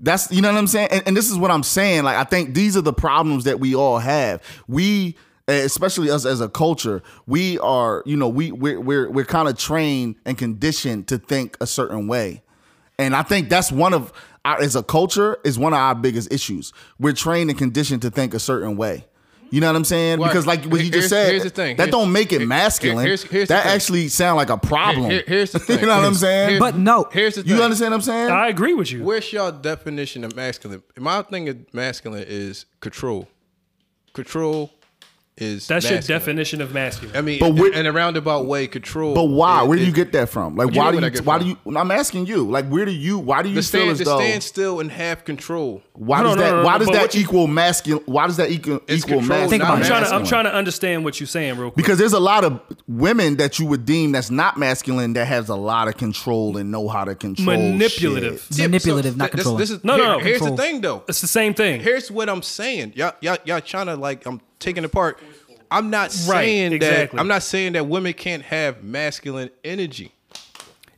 Speaker 2: That's you know what I'm saying. And, and this is what I'm saying. Like I think these are the problems that we all have. We, eh, especially us as a culture, we are you know we we're we're, we're kind of trained and conditioned to think a certain way. And I think that's one of our, as a culture is one of our biggest issues. We're trained and conditioned to think a certain way. You know what I'm saying?
Speaker 3: Right.
Speaker 2: Because like what you
Speaker 3: Here-
Speaker 2: just
Speaker 3: here's-
Speaker 2: said,
Speaker 3: here's the thing.
Speaker 2: that
Speaker 3: Here's-
Speaker 2: don't make it
Speaker 3: here-
Speaker 2: masculine.
Speaker 3: here's- here's the
Speaker 2: that
Speaker 3: thing.
Speaker 2: actually sound like a problem.
Speaker 3: Here- here's the thing.
Speaker 2: you know what I'm
Speaker 3: Here's-
Speaker 2: saying?
Speaker 3: here's-
Speaker 5: But no,
Speaker 3: Here's the thing.
Speaker 2: you understand what I'm saying?
Speaker 4: I agree with you.
Speaker 3: Where's your definition of masculine? My thing of masculine is control. Control is
Speaker 4: That's
Speaker 3: masculine.
Speaker 4: your definition of masculine.
Speaker 3: I mean,
Speaker 2: But
Speaker 3: in,
Speaker 2: where-
Speaker 3: in a roundabout way, control.
Speaker 2: but why?
Speaker 3: is-
Speaker 2: Where do you
Speaker 3: is-
Speaker 2: get that from? Like
Speaker 3: you
Speaker 2: why
Speaker 3: know
Speaker 2: do
Speaker 3: where
Speaker 2: you
Speaker 3: that get
Speaker 2: why
Speaker 3: from?
Speaker 2: do you I'm asking you. Like where do you why do you feel
Speaker 3: the stand,
Speaker 2: as
Speaker 3: the
Speaker 2: though
Speaker 3: stand still and have control?
Speaker 2: why
Speaker 4: No,
Speaker 2: does
Speaker 4: no,
Speaker 2: that
Speaker 4: no, no,
Speaker 2: why
Speaker 4: no,
Speaker 2: does
Speaker 4: but
Speaker 2: that
Speaker 4: what you-
Speaker 2: equal masculine why does that equal
Speaker 3: It's
Speaker 2: equal
Speaker 3: control,
Speaker 2: masculine?
Speaker 3: Think about
Speaker 4: I'm
Speaker 3: it.
Speaker 4: trying to I'm
Speaker 2: Masculine.
Speaker 4: trying to understand what you're saying real quick.
Speaker 2: because there's a lot of women that you would deem that's not masculine that has a lot of control and know how to control
Speaker 4: Manipulative.
Speaker 2: shit.
Speaker 5: It's manipulative,
Speaker 3: th-
Speaker 5: not
Speaker 3: this-
Speaker 5: controlling.
Speaker 3: This, is,
Speaker 4: No,
Speaker 3: here-
Speaker 4: no, no,
Speaker 3: Here's
Speaker 5: control.
Speaker 3: the thing, though.
Speaker 4: It's the same thing.
Speaker 3: Here's what I'm saying. Y'all, y'all, y'all trying to like. I'm taking apart. I'm not
Speaker 4: Right,
Speaker 3: saying
Speaker 4: exactly.
Speaker 3: that. I'm not saying that women can't have masculine energy.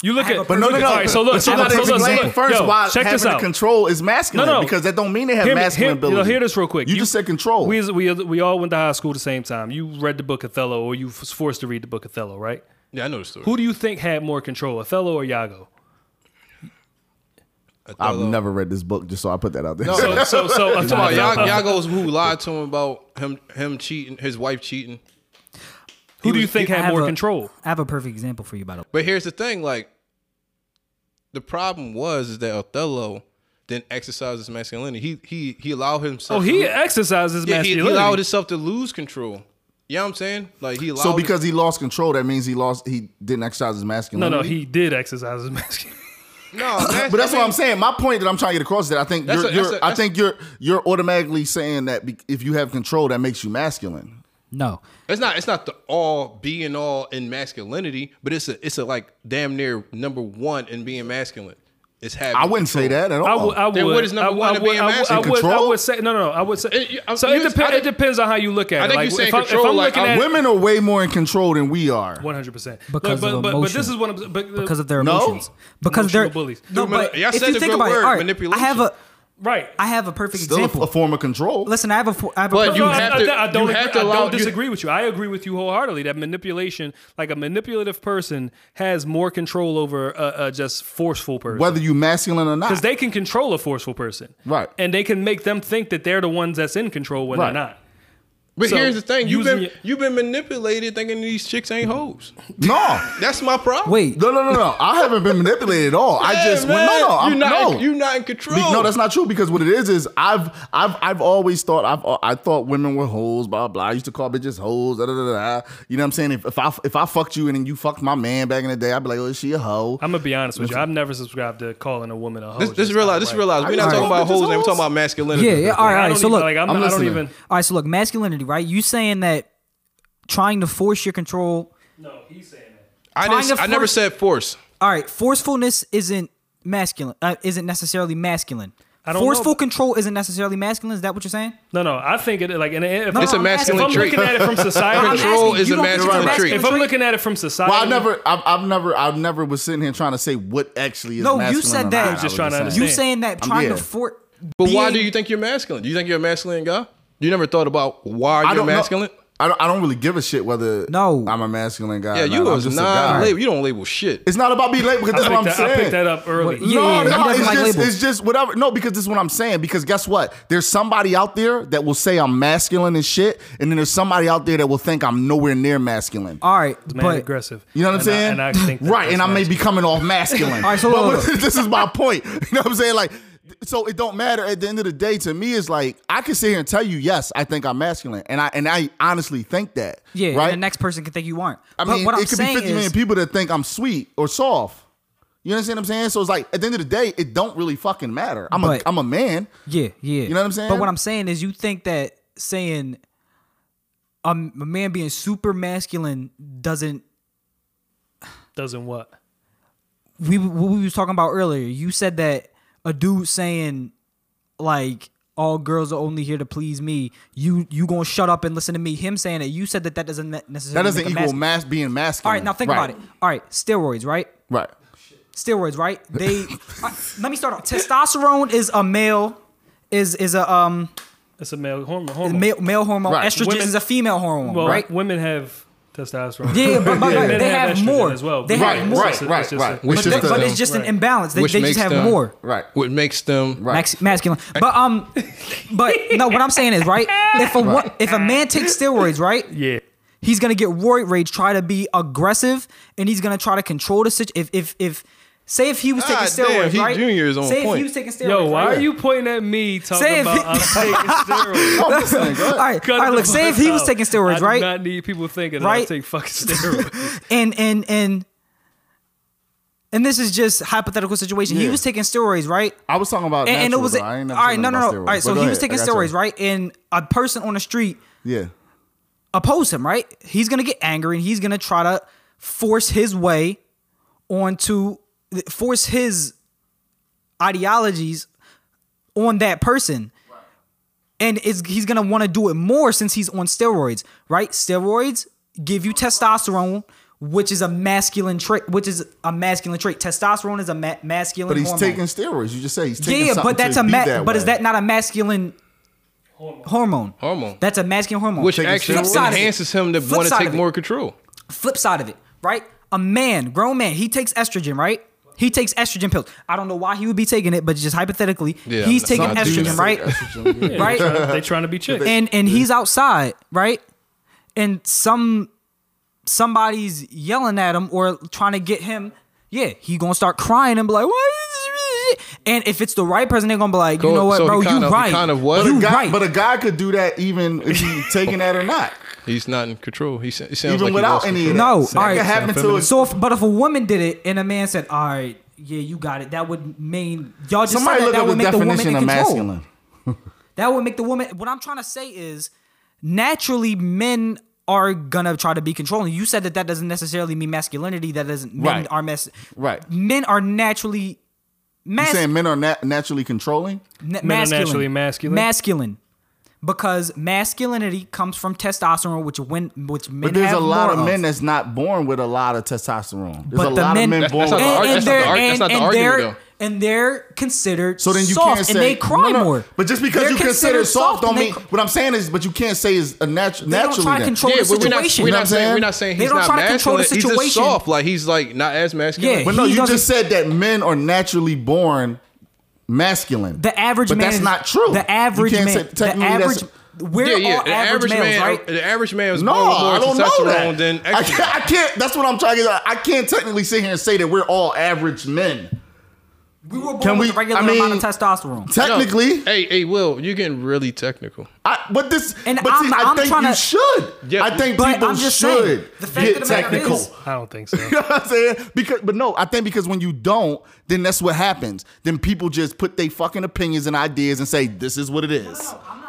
Speaker 4: You look
Speaker 5: I have
Speaker 4: at
Speaker 5: a But no, no, perfect- no,
Speaker 4: All right, so look,
Speaker 2: but
Speaker 4: so
Speaker 2: you
Speaker 4: look,
Speaker 2: gotta
Speaker 4: so look, so
Speaker 2: explain
Speaker 4: look.
Speaker 2: first
Speaker 4: Yo,
Speaker 2: why
Speaker 4: check
Speaker 2: having
Speaker 4: this
Speaker 2: the
Speaker 4: out.
Speaker 2: control is masculine
Speaker 4: No, no.
Speaker 2: because that don't mean they have
Speaker 4: Hear me-
Speaker 2: masculine
Speaker 4: hear-
Speaker 2: ability.
Speaker 4: yo, hear this real quick.
Speaker 2: You, just said control.
Speaker 4: We, we, we all went to high school at the same time. You read the book Othello, or you was forced to read the book Othello, right?
Speaker 3: Yeah, I know the story.
Speaker 4: Who do you think had more control, Othello or Iago?
Speaker 2: I've
Speaker 3: Othello.
Speaker 2: never read this book, just so I put that out there.
Speaker 4: So, so, so Othello,
Speaker 3: Come on, y'all, y'all goes who lied to him about him him cheating, his wife cheating.
Speaker 4: who do you think
Speaker 5: I
Speaker 4: had
Speaker 5: have
Speaker 4: more
Speaker 5: a-
Speaker 4: control?
Speaker 5: I have a perfect example for you, by the way.
Speaker 3: But here's the thing, like the problem was is that Othello didn't exercise his masculinity. He he he allowed himself.
Speaker 4: Oh, he
Speaker 3: to,
Speaker 4: exercises
Speaker 3: yeah, he, he
Speaker 4: masculinity.
Speaker 3: allowed himself to lose control. You know what I'm saying? Like he allowed.
Speaker 2: So because he lost control, that means he lost. He didn't exercise his
Speaker 4: no,
Speaker 2: masculinity.
Speaker 4: no, he did exercise his masculinity.
Speaker 3: no, man,
Speaker 2: But that's
Speaker 3: I mean,
Speaker 2: what I'm saying. My point that I'm trying to get across is that I think
Speaker 3: That's
Speaker 2: you're,
Speaker 3: a-
Speaker 2: you're
Speaker 3: that's a-
Speaker 2: I
Speaker 3: that's-
Speaker 2: think you're you're automatically saying that be, if you have control, that makes you masculine.
Speaker 5: No,
Speaker 4: Uh,
Speaker 3: It's not it's not the all being all in masculinity, but it's a it's a like damn near number one in being masculine. It's having.
Speaker 2: I wouldn't say that at all.
Speaker 4: I would, I would,
Speaker 3: Then what is number
Speaker 4: I would,
Speaker 3: one
Speaker 4: I
Speaker 3: to
Speaker 4: would,
Speaker 3: being
Speaker 4: I would, I
Speaker 3: masculine?
Speaker 4: would, I
Speaker 2: Oh. Control?
Speaker 4: would say no, no, no. I would say
Speaker 3: It- you- I'm-
Speaker 4: so. It,
Speaker 3: you-
Speaker 4: depends.
Speaker 3: I
Speaker 4: it
Speaker 3: think-
Speaker 4: depends on how you look at
Speaker 3: I
Speaker 4: it.
Speaker 3: think
Speaker 4: like,
Speaker 3: you saying
Speaker 4: if, I,
Speaker 3: control,
Speaker 4: am
Speaker 3: like,
Speaker 4: looking
Speaker 3: I
Speaker 4: at
Speaker 3: would-
Speaker 2: Women are way more in control than we are.
Speaker 4: One hundred percent.
Speaker 5: Because
Speaker 4: but,
Speaker 5: of
Speaker 4: but, but this
Speaker 5: emotion.
Speaker 4: is one of but,
Speaker 5: because of their
Speaker 2: No.
Speaker 5: emotions. Because
Speaker 4: Emotional
Speaker 5: they're
Speaker 4: bullies.
Speaker 5: No,
Speaker 3: Dude, man,
Speaker 5: but
Speaker 3: y'all
Speaker 5: if
Speaker 3: said
Speaker 5: you
Speaker 3: the
Speaker 5: think
Speaker 3: good
Speaker 5: about it,
Speaker 3: word,
Speaker 5: all right, I
Speaker 3: manipulation.
Speaker 5: have a
Speaker 4: right.
Speaker 5: I have a perfect
Speaker 2: Still a,
Speaker 5: example.
Speaker 2: a form of control.
Speaker 5: Listen, I have a fo- I have a
Speaker 3: But
Speaker 5: perfect
Speaker 3: you
Speaker 4: No, I-
Speaker 3: have
Speaker 4: I,
Speaker 3: to-
Speaker 4: I don't,
Speaker 3: you have
Speaker 4: agree-
Speaker 3: to
Speaker 4: I
Speaker 3: allow-
Speaker 4: don't
Speaker 3: you-
Speaker 4: disagree with you. I agree with you wholeheartedly that manipulation, like a manipulative person, has more control over a, a just forceful person.
Speaker 2: whether you masculine or not.
Speaker 4: because they can control a forceful person,
Speaker 2: Right.
Speaker 4: And they can make them think that they're the ones that's in control when
Speaker 2: Right.
Speaker 4: they're not.
Speaker 3: But
Speaker 4: So,
Speaker 3: here's the thing: you've
Speaker 4: using
Speaker 3: been
Speaker 4: it-
Speaker 3: you've been manipulated thinking these chicks ain't hoes.
Speaker 2: no.
Speaker 3: That's my problem.
Speaker 5: Wait,
Speaker 2: No, no, no, no. I haven't been manipulated at all. I
Speaker 3: Yeah,
Speaker 2: just
Speaker 3: man,
Speaker 2: no, no. I'm,
Speaker 3: you're not
Speaker 2: no.
Speaker 3: you're not in control.
Speaker 2: Be- No, that's not true because what it is is I've I've I've always thought I've uh, I thought women were hoes, blah blah. I used to call bitches hoes, da da da. da. You know what I'm saying? If, if I if I fucked you and then you fucked my man back in the day, I'd be like, oh, is she a hoe?
Speaker 4: I'm gonna be honest with you. I've never subscribed to calling a woman a hoe.
Speaker 3: This, this
Speaker 4: just
Speaker 3: realize, this
Speaker 4: outright.
Speaker 3: realize, we're not
Speaker 2: Alright.
Speaker 3: talking about hoes, now, we're
Speaker 2: Hoes?
Speaker 3: talking about masculinity.
Speaker 5: Yeah, yeah,
Speaker 4: I
Speaker 5: alright.
Speaker 4: don't
Speaker 5: so
Speaker 4: even-
Speaker 5: look,
Speaker 4: like, I'm
Speaker 2: I'm
Speaker 4: not- I don't
Speaker 2: listening.
Speaker 4: even.
Speaker 5: all right, so look, masculinity, right? You saying that trying to force your control,
Speaker 4: No, he's saying that.
Speaker 3: I,
Speaker 5: trying
Speaker 3: didn't,
Speaker 5: to
Speaker 3: I never
Speaker 5: force-
Speaker 3: said force.
Speaker 5: all right, forcefulness isn't masculine, uh, isn't necessarily masculine.
Speaker 4: I don't know
Speaker 5: Forceful
Speaker 4: about-
Speaker 5: control isn't necessarily masculine. Is that what you're saying?
Speaker 4: No, no. I think it like, and if
Speaker 5: No,
Speaker 4: I'm-
Speaker 3: It's a
Speaker 5: I'm
Speaker 3: masculine
Speaker 4: if I'm
Speaker 3: trait.
Speaker 4: looking at it from
Speaker 5: I'm
Speaker 4: society,
Speaker 3: Control
Speaker 5: asking,
Speaker 3: is
Speaker 5: you
Speaker 3: a
Speaker 5: don't think it's
Speaker 3: masculine trait.
Speaker 4: if I'm looking at it from society,
Speaker 2: well, I never, I've, I've never, I've never was sitting here trying to say what actually is.
Speaker 5: No, you
Speaker 2: masculine
Speaker 5: said
Speaker 2: or
Speaker 5: that.
Speaker 2: not.
Speaker 5: You
Speaker 2: I
Speaker 5: was
Speaker 4: just
Speaker 2: was
Speaker 4: trying to
Speaker 5: you
Speaker 4: understand.
Speaker 5: saying that trying
Speaker 2: yeah.
Speaker 5: to force.
Speaker 3: But why do you think you're masculine? Do you think you're a masculine guy? You never thought about why
Speaker 2: I
Speaker 3: you're
Speaker 2: don't
Speaker 3: masculine?
Speaker 2: Know, I don't. I don't really give a shit whether
Speaker 5: No.
Speaker 2: I'm a masculine guy.
Speaker 3: Yeah,
Speaker 2: or
Speaker 3: you
Speaker 2: not. I'm
Speaker 3: was
Speaker 2: just a
Speaker 3: non
Speaker 2: guy.
Speaker 3: label. You don't label shit.
Speaker 2: It's not about being labeled because that's
Speaker 4: I picked,
Speaker 2: what I'm
Speaker 4: that,
Speaker 2: saying.
Speaker 4: I picked that up early.
Speaker 5: Yeah,
Speaker 2: no,
Speaker 5: yeah, he
Speaker 2: no,
Speaker 5: doesn't
Speaker 2: it's
Speaker 5: like
Speaker 2: just,
Speaker 5: labels.
Speaker 2: it's just whatever. No, because this is what I'm saying. Because guess what? There's somebody out there that will say I'm masculine and shit, and then there's somebody out there that will think I'm nowhere near masculine.
Speaker 5: All right,
Speaker 4: Man,
Speaker 5: but
Speaker 4: aggressive.
Speaker 2: You know what I'm
Speaker 4: And I-
Speaker 2: saying?
Speaker 4: and I think that
Speaker 2: right, and I
Speaker 4: that's
Speaker 2: may be coming off masculine.
Speaker 5: All right, so
Speaker 2: But
Speaker 5: look, look.
Speaker 2: this is my point. You know what I'm saying? Like, so it don't matter. At the end of the day, to me, it's like I can sit here and tell you, yes, I think I'm masculine, and I and I honestly think that.
Speaker 5: yeah,
Speaker 2: right.
Speaker 5: and the next person can think you aren't.
Speaker 2: I
Speaker 5: but
Speaker 2: mean,
Speaker 5: what I'm
Speaker 2: it could be
Speaker 5: saying
Speaker 2: 50 million
Speaker 5: is,
Speaker 2: people that think I'm sweet or soft. You understand what I'm saying? So it's like at the end of the day, it don't really fucking matter. I'm
Speaker 5: But-
Speaker 2: a I'm a man.
Speaker 5: Yeah, yeah.
Speaker 2: You know what I'm saying?
Speaker 5: But what I'm saying is, you think that saying a, m- a man being super masculine doesn't
Speaker 4: doesn't what?
Speaker 5: we what we was talking about earlier. You said that a dude saying like all girls are only here to please me. You you gonna shut up and listen to me? Him saying that you said that that doesn't ne-
Speaker 2: That
Speaker 5: necessarily
Speaker 2: doesn't
Speaker 5: make a
Speaker 2: equal
Speaker 5: mas-
Speaker 2: mass being masculine.
Speaker 5: All right, now think about it. All right, steroids, right?
Speaker 2: Right.
Speaker 5: Steroids, right? They I- let me start off. Testosterone is a male is is a um
Speaker 4: It's a male hormone. hormone.
Speaker 5: male, male hormone.
Speaker 2: Right.
Speaker 5: Estrogen
Speaker 4: Women-
Speaker 5: is a female hormone,
Speaker 4: well,
Speaker 5: right?
Speaker 4: Women have testosterone.
Speaker 5: Yeah, but- but- but
Speaker 4: Men
Speaker 5: they have
Speaker 4: estrogen
Speaker 5: more. They
Speaker 4: Yeah,
Speaker 5: have
Speaker 4: it's
Speaker 5: more.
Speaker 4: just a-
Speaker 2: Right,
Speaker 4: it's just a-
Speaker 2: right, right.
Speaker 5: But,
Speaker 2: It's just
Speaker 5: they-
Speaker 2: a-
Speaker 5: but it's just an
Speaker 4: Right.
Speaker 5: imbalance. They,
Speaker 3: Which
Speaker 5: they just
Speaker 3: makes
Speaker 5: have
Speaker 3: them-
Speaker 5: more
Speaker 2: Right.
Speaker 3: What makes them right.
Speaker 5: max, masculine. But um, but no, what I'm saying is right. If a wo- if a man takes steroids, right,
Speaker 4: Yeah.
Speaker 5: he's gonna get roid rage, try to be aggressive, and he's gonna try to control the situation. If if if say if he was taking
Speaker 3: God damn,
Speaker 5: steroids,
Speaker 3: he
Speaker 5: right?
Speaker 3: Junior is on
Speaker 5: say if
Speaker 3: point.
Speaker 5: he was taking steroids,
Speaker 4: Yo, why
Speaker 5: right?
Speaker 4: are you pointing at me talking
Speaker 5: Say if-
Speaker 4: about I'm taking steroids?
Speaker 2: I'm listening. Go
Speaker 5: All
Speaker 2: ahead.
Speaker 5: right, all
Speaker 4: Cut
Speaker 5: right.
Speaker 4: the
Speaker 5: Look, say if
Speaker 4: fuck
Speaker 5: he was
Speaker 4: out.
Speaker 5: taking
Speaker 4: I
Speaker 5: steroids,
Speaker 4: do
Speaker 5: right?
Speaker 4: not need people thinking that I
Speaker 5: Right?
Speaker 4: take fucking steroids.
Speaker 5: and and and and this is just hypothetical situation. He
Speaker 2: Yeah.
Speaker 5: was taking steroids, right?
Speaker 2: I was talking about
Speaker 5: And, and it
Speaker 2: natural,
Speaker 5: was
Speaker 2: though. I ain't never
Speaker 5: all right.
Speaker 2: said
Speaker 5: No,
Speaker 2: nothing
Speaker 5: no,
Speaker 2: about
Speaker 5: no. All
Speaker 2: steroids.
Speaker 5: right, so
Speaker 2: But go
Speaker 5: he
Speaker 2: ahead.
Speaker 5: was
Speaker 2: I
Speaker 5: taking
Speaker 2: got you.
Speaker 5: steroids, right? And a person on the street
Speaker 2: Yeah.
Speaker 5: oppose him, right? He's gonna get angry and he's gonna try to force his way onto force his ideologies on that person. And it's, he's gonna want to do it more since he's on steroids, right? Steroids give you testosterone, which is a masculine trait. Which is a masculine trait. Testosterone is a ma- masculine.
Speaker 2: But he's
Speaker 5: hormone.
Speaker 2: taking steroids. You just say he's taking
Speaker 5: Yeah,
Speaker 2: something
Speaker 5: but that's
Speaker 2: to
Speaker 5: a
Speaker 2: be
Speaker 5: ma-
Speaker 2: that
Speaker 5: but is
Speaker 2: way.
Speaker 5: that not a masculine hormone?
Speaker 3: Hormone.
Speaker 5: That's a masculine hormone.
Speaker 3: which
Speaker 2: Taking
Speaker 3: actually
Speaker 5: Flip side of it.
Speaker 3: enhances him to
Speaker 5: Flip
Speaker 3: want to
Speaker 5: side
Speaker 3: take
Speaker 5: of it.
Speaker 3: more control.
Speaker 5: Flip side of it, right? A man, grown man, he takes estrogen, right? He takes estrogen pills. I don't know why he would be taking it, but just hypothetically,
Speaker 3: Yeah,
Speaker 5: he's
Speaker 3: I'm
Speaker 5: taking
Speaker 3: not doing
Speaker 5: estrogen,
Speaker 3: that.
Speaker 5: right?
Speaker 2: Estrogen, yeah.
Speaker 5: Right?
Speaker 4: they trying to be chicks.
Speaker 5: and and he's outside, right? And some somebody's yelling at him or trying to get him. Yeah, he gonna start crying and be like, "Why?" is this?" And if it's the right person, they're gonna be like, "You
Speaker 3: Go-
Speaker 5: know what,
Speaker 3: so he
Speaker 5: bro?
Speaker 3: kind
Speaker 5: you
Speaker 3: of- he
Speaker 5: right.
Speaker 3: kind of was?
Speaker 5: You
Speaker 2: Guy-
Speaker 5: right."
Speaker 2: But a guy could do that even if he's taking that or not,
Speaker 3: He's not in control. He, sa- it sounds
Speaker 2: even
Speaker 3: like
Speaker 2: without
Speaker 3: he
Speaker 2: any of that.
Speaker 5: No,
Speaker 2: that
Speaker 5: all right.
Speaker 2: could happen to a
Speaker 5: So, if, but if a woman did it and a man said, "All right, yeah, you got it," that would mean y'all just
Speaker 2: Somebody
Speaker 5: said
Speaker 2: look
Speaker 5: that, that
Speaker 2: up
Speaker 5: would
Speaker 2: the
Speaker 5: make the woman in
Speaker 2: definition of
Speaker 5: control.
Speaker 2: masculine.
Speaker 5: That would make the woman. What I'm trying to say is, naturally, men are gonna try to be controlling. You said that that doesn't necessarily mean masculinity. That doesn't men
Speaker 2: Right.
Speaker 5: are mes-
Speaker 2: Right.
Speaker 5: Men are naturally
Speaker 2: You
Speaker 5: mas-
Speaker 2: saying men are nat- naturally controlling?
Speaker 5: na-
Speaker 4: Men are
Speaker 5: masculine.
Speaker 4: naturally masculine.
Speaker 5: Masculine. Because masculinity comes from testosterone, which when which men
Speaker 2: But there's a
Speaker 5: have
Speaker 2: lot
Speaker 5: more
Speaker 2: of men that's not born with a lot of testostern. There's
Speaker 5: But
Speaker 2: a
Speaker 5: the
Speaker 2: lot
Speaker 5: men-
Speaker 2: of men
Speaker 5: That's-
Speaker 2: born
Speaker 3: that's not
Speaker 2: with
Speaker 3: the arg-
Speaker 5: and,
Speaker 3: that's not the
Speaker 5: and they're
Speaker 3: arg- that's
Speaker 5: and,
Speaker 3: not the
Speaker 5: and
Speaker 3: argument,
Speaker 5: they're
Speaker 3: though.
Speaker 5: and they're considered
Speaker 2: So then you
Speaker 5: soft
Speaker 2: can't say
Speaker 5: and they cry
Speaker 2: no, no.
Speaker 5: more.
Speaker 2: But just because
Speaker 5: They're
Speaker 2: you consider
Speaker 5: considered
Speaker 2: soft don't
Speaker 5: and they
Speaker 2: mean
Speaker 5: cr-
Speaker 2: what I'm saying is, but you can't say is a natural
Speaker 5: They don't
Speaker 2: naturally.
Speaker 5: try to
Speaker 2: then.
Speaker 5: control
Speaker 3: Yeah,
Speaker 5: the
Speaker 3: but we're not,
Speaker 5: situation.
Speaker 3: we're
Speaker 2: You know
Speaker 3: not
Speaker 2: what I'm
Speaker 3: saying we're
Speaker 2: saying?
Speaker 3: not saying
Speaker 5: They
Speaker 3: he's
Speaker 5: don't
Speaker 3: not
Speaker 5: try to control
Speaker 3: masculine.
Speaker 5: the
Speaker 3: He's just
Speaker 5: situation.
Speaker 3: soft. Like he's like not as masculine.
Speaker 5: Yeah.
Speaker 2: But no,
Speaker 5: He
Speaker 2: you just
Speaker 5: doesn't-
Speaker 2: said that men are naturally born masculine.
Speaker 5: The average
Speaker 2: but
Speaker 5: man.
Speaker 2: that's
Speaker 5: is-
Speaker 2: not true.
Speaker 5: The average
Speaker 2: you can't
Speaker 5: man.
Speaker 2: Say,
Speaker 5: the
Speaker 2: technically
Speaker 5: average.
Speaker 2: That's,
Speaker 5: We're
Speaker 3: yeah, yeah.
Speaker 5: all
Speaker 3: The
Speaker 5: average, males, right?
Speaker 3: The average man is
Speaker 2: no,
Speaker 3: born with more
Speaker 2: I don't know that.
Speaker 3: testosterone than
Speaker 2: I
Speaker 3: extra.
Speaker 2: can't, I can't. That's what I'm trying to. get at. I can't technically sit here and say that we're all average men.
Speaker 5: we were born
Speaker 2: Can
Speaker 5: with
Speaker 2: we-
Speaker 5: a regular
Speaker 2: I mean-
Speaker 5: amount of testosterone.
Speaker 3: No.
Speaker 2: Technically,
Speaker 3: Hey, hey, Will, you're getting really technical.
Speaker 2: I, but this,
Speaker 5: And
Speaker 2: but
Speaker 5: I'm-
Speaker 2: see, I
Speaker 5: I'm
Speaker 2: think
Speaker 5: trying
Speaker 2: you
Speaker 5: to-
Speaker 2: should.
Speaker 3: Yeah,
Speaker 2: I think
Speaker 5: but
Speaker 2: people
Speaker 5: I'm just
Speaker 2: should
Speaker 5: saying, the fact
Speaker 2: get
Speaker 5: of the matter
Speaker 2: technical.
Speaker 5: is-
Speaker 4: I don't think so.
Speaker 2: you know what I'm saying? Because, but no, I think because when you don't, then that's what happens. Then people just put their fucking opinions and ideas and say this is what it is.
Speaker 5: I'm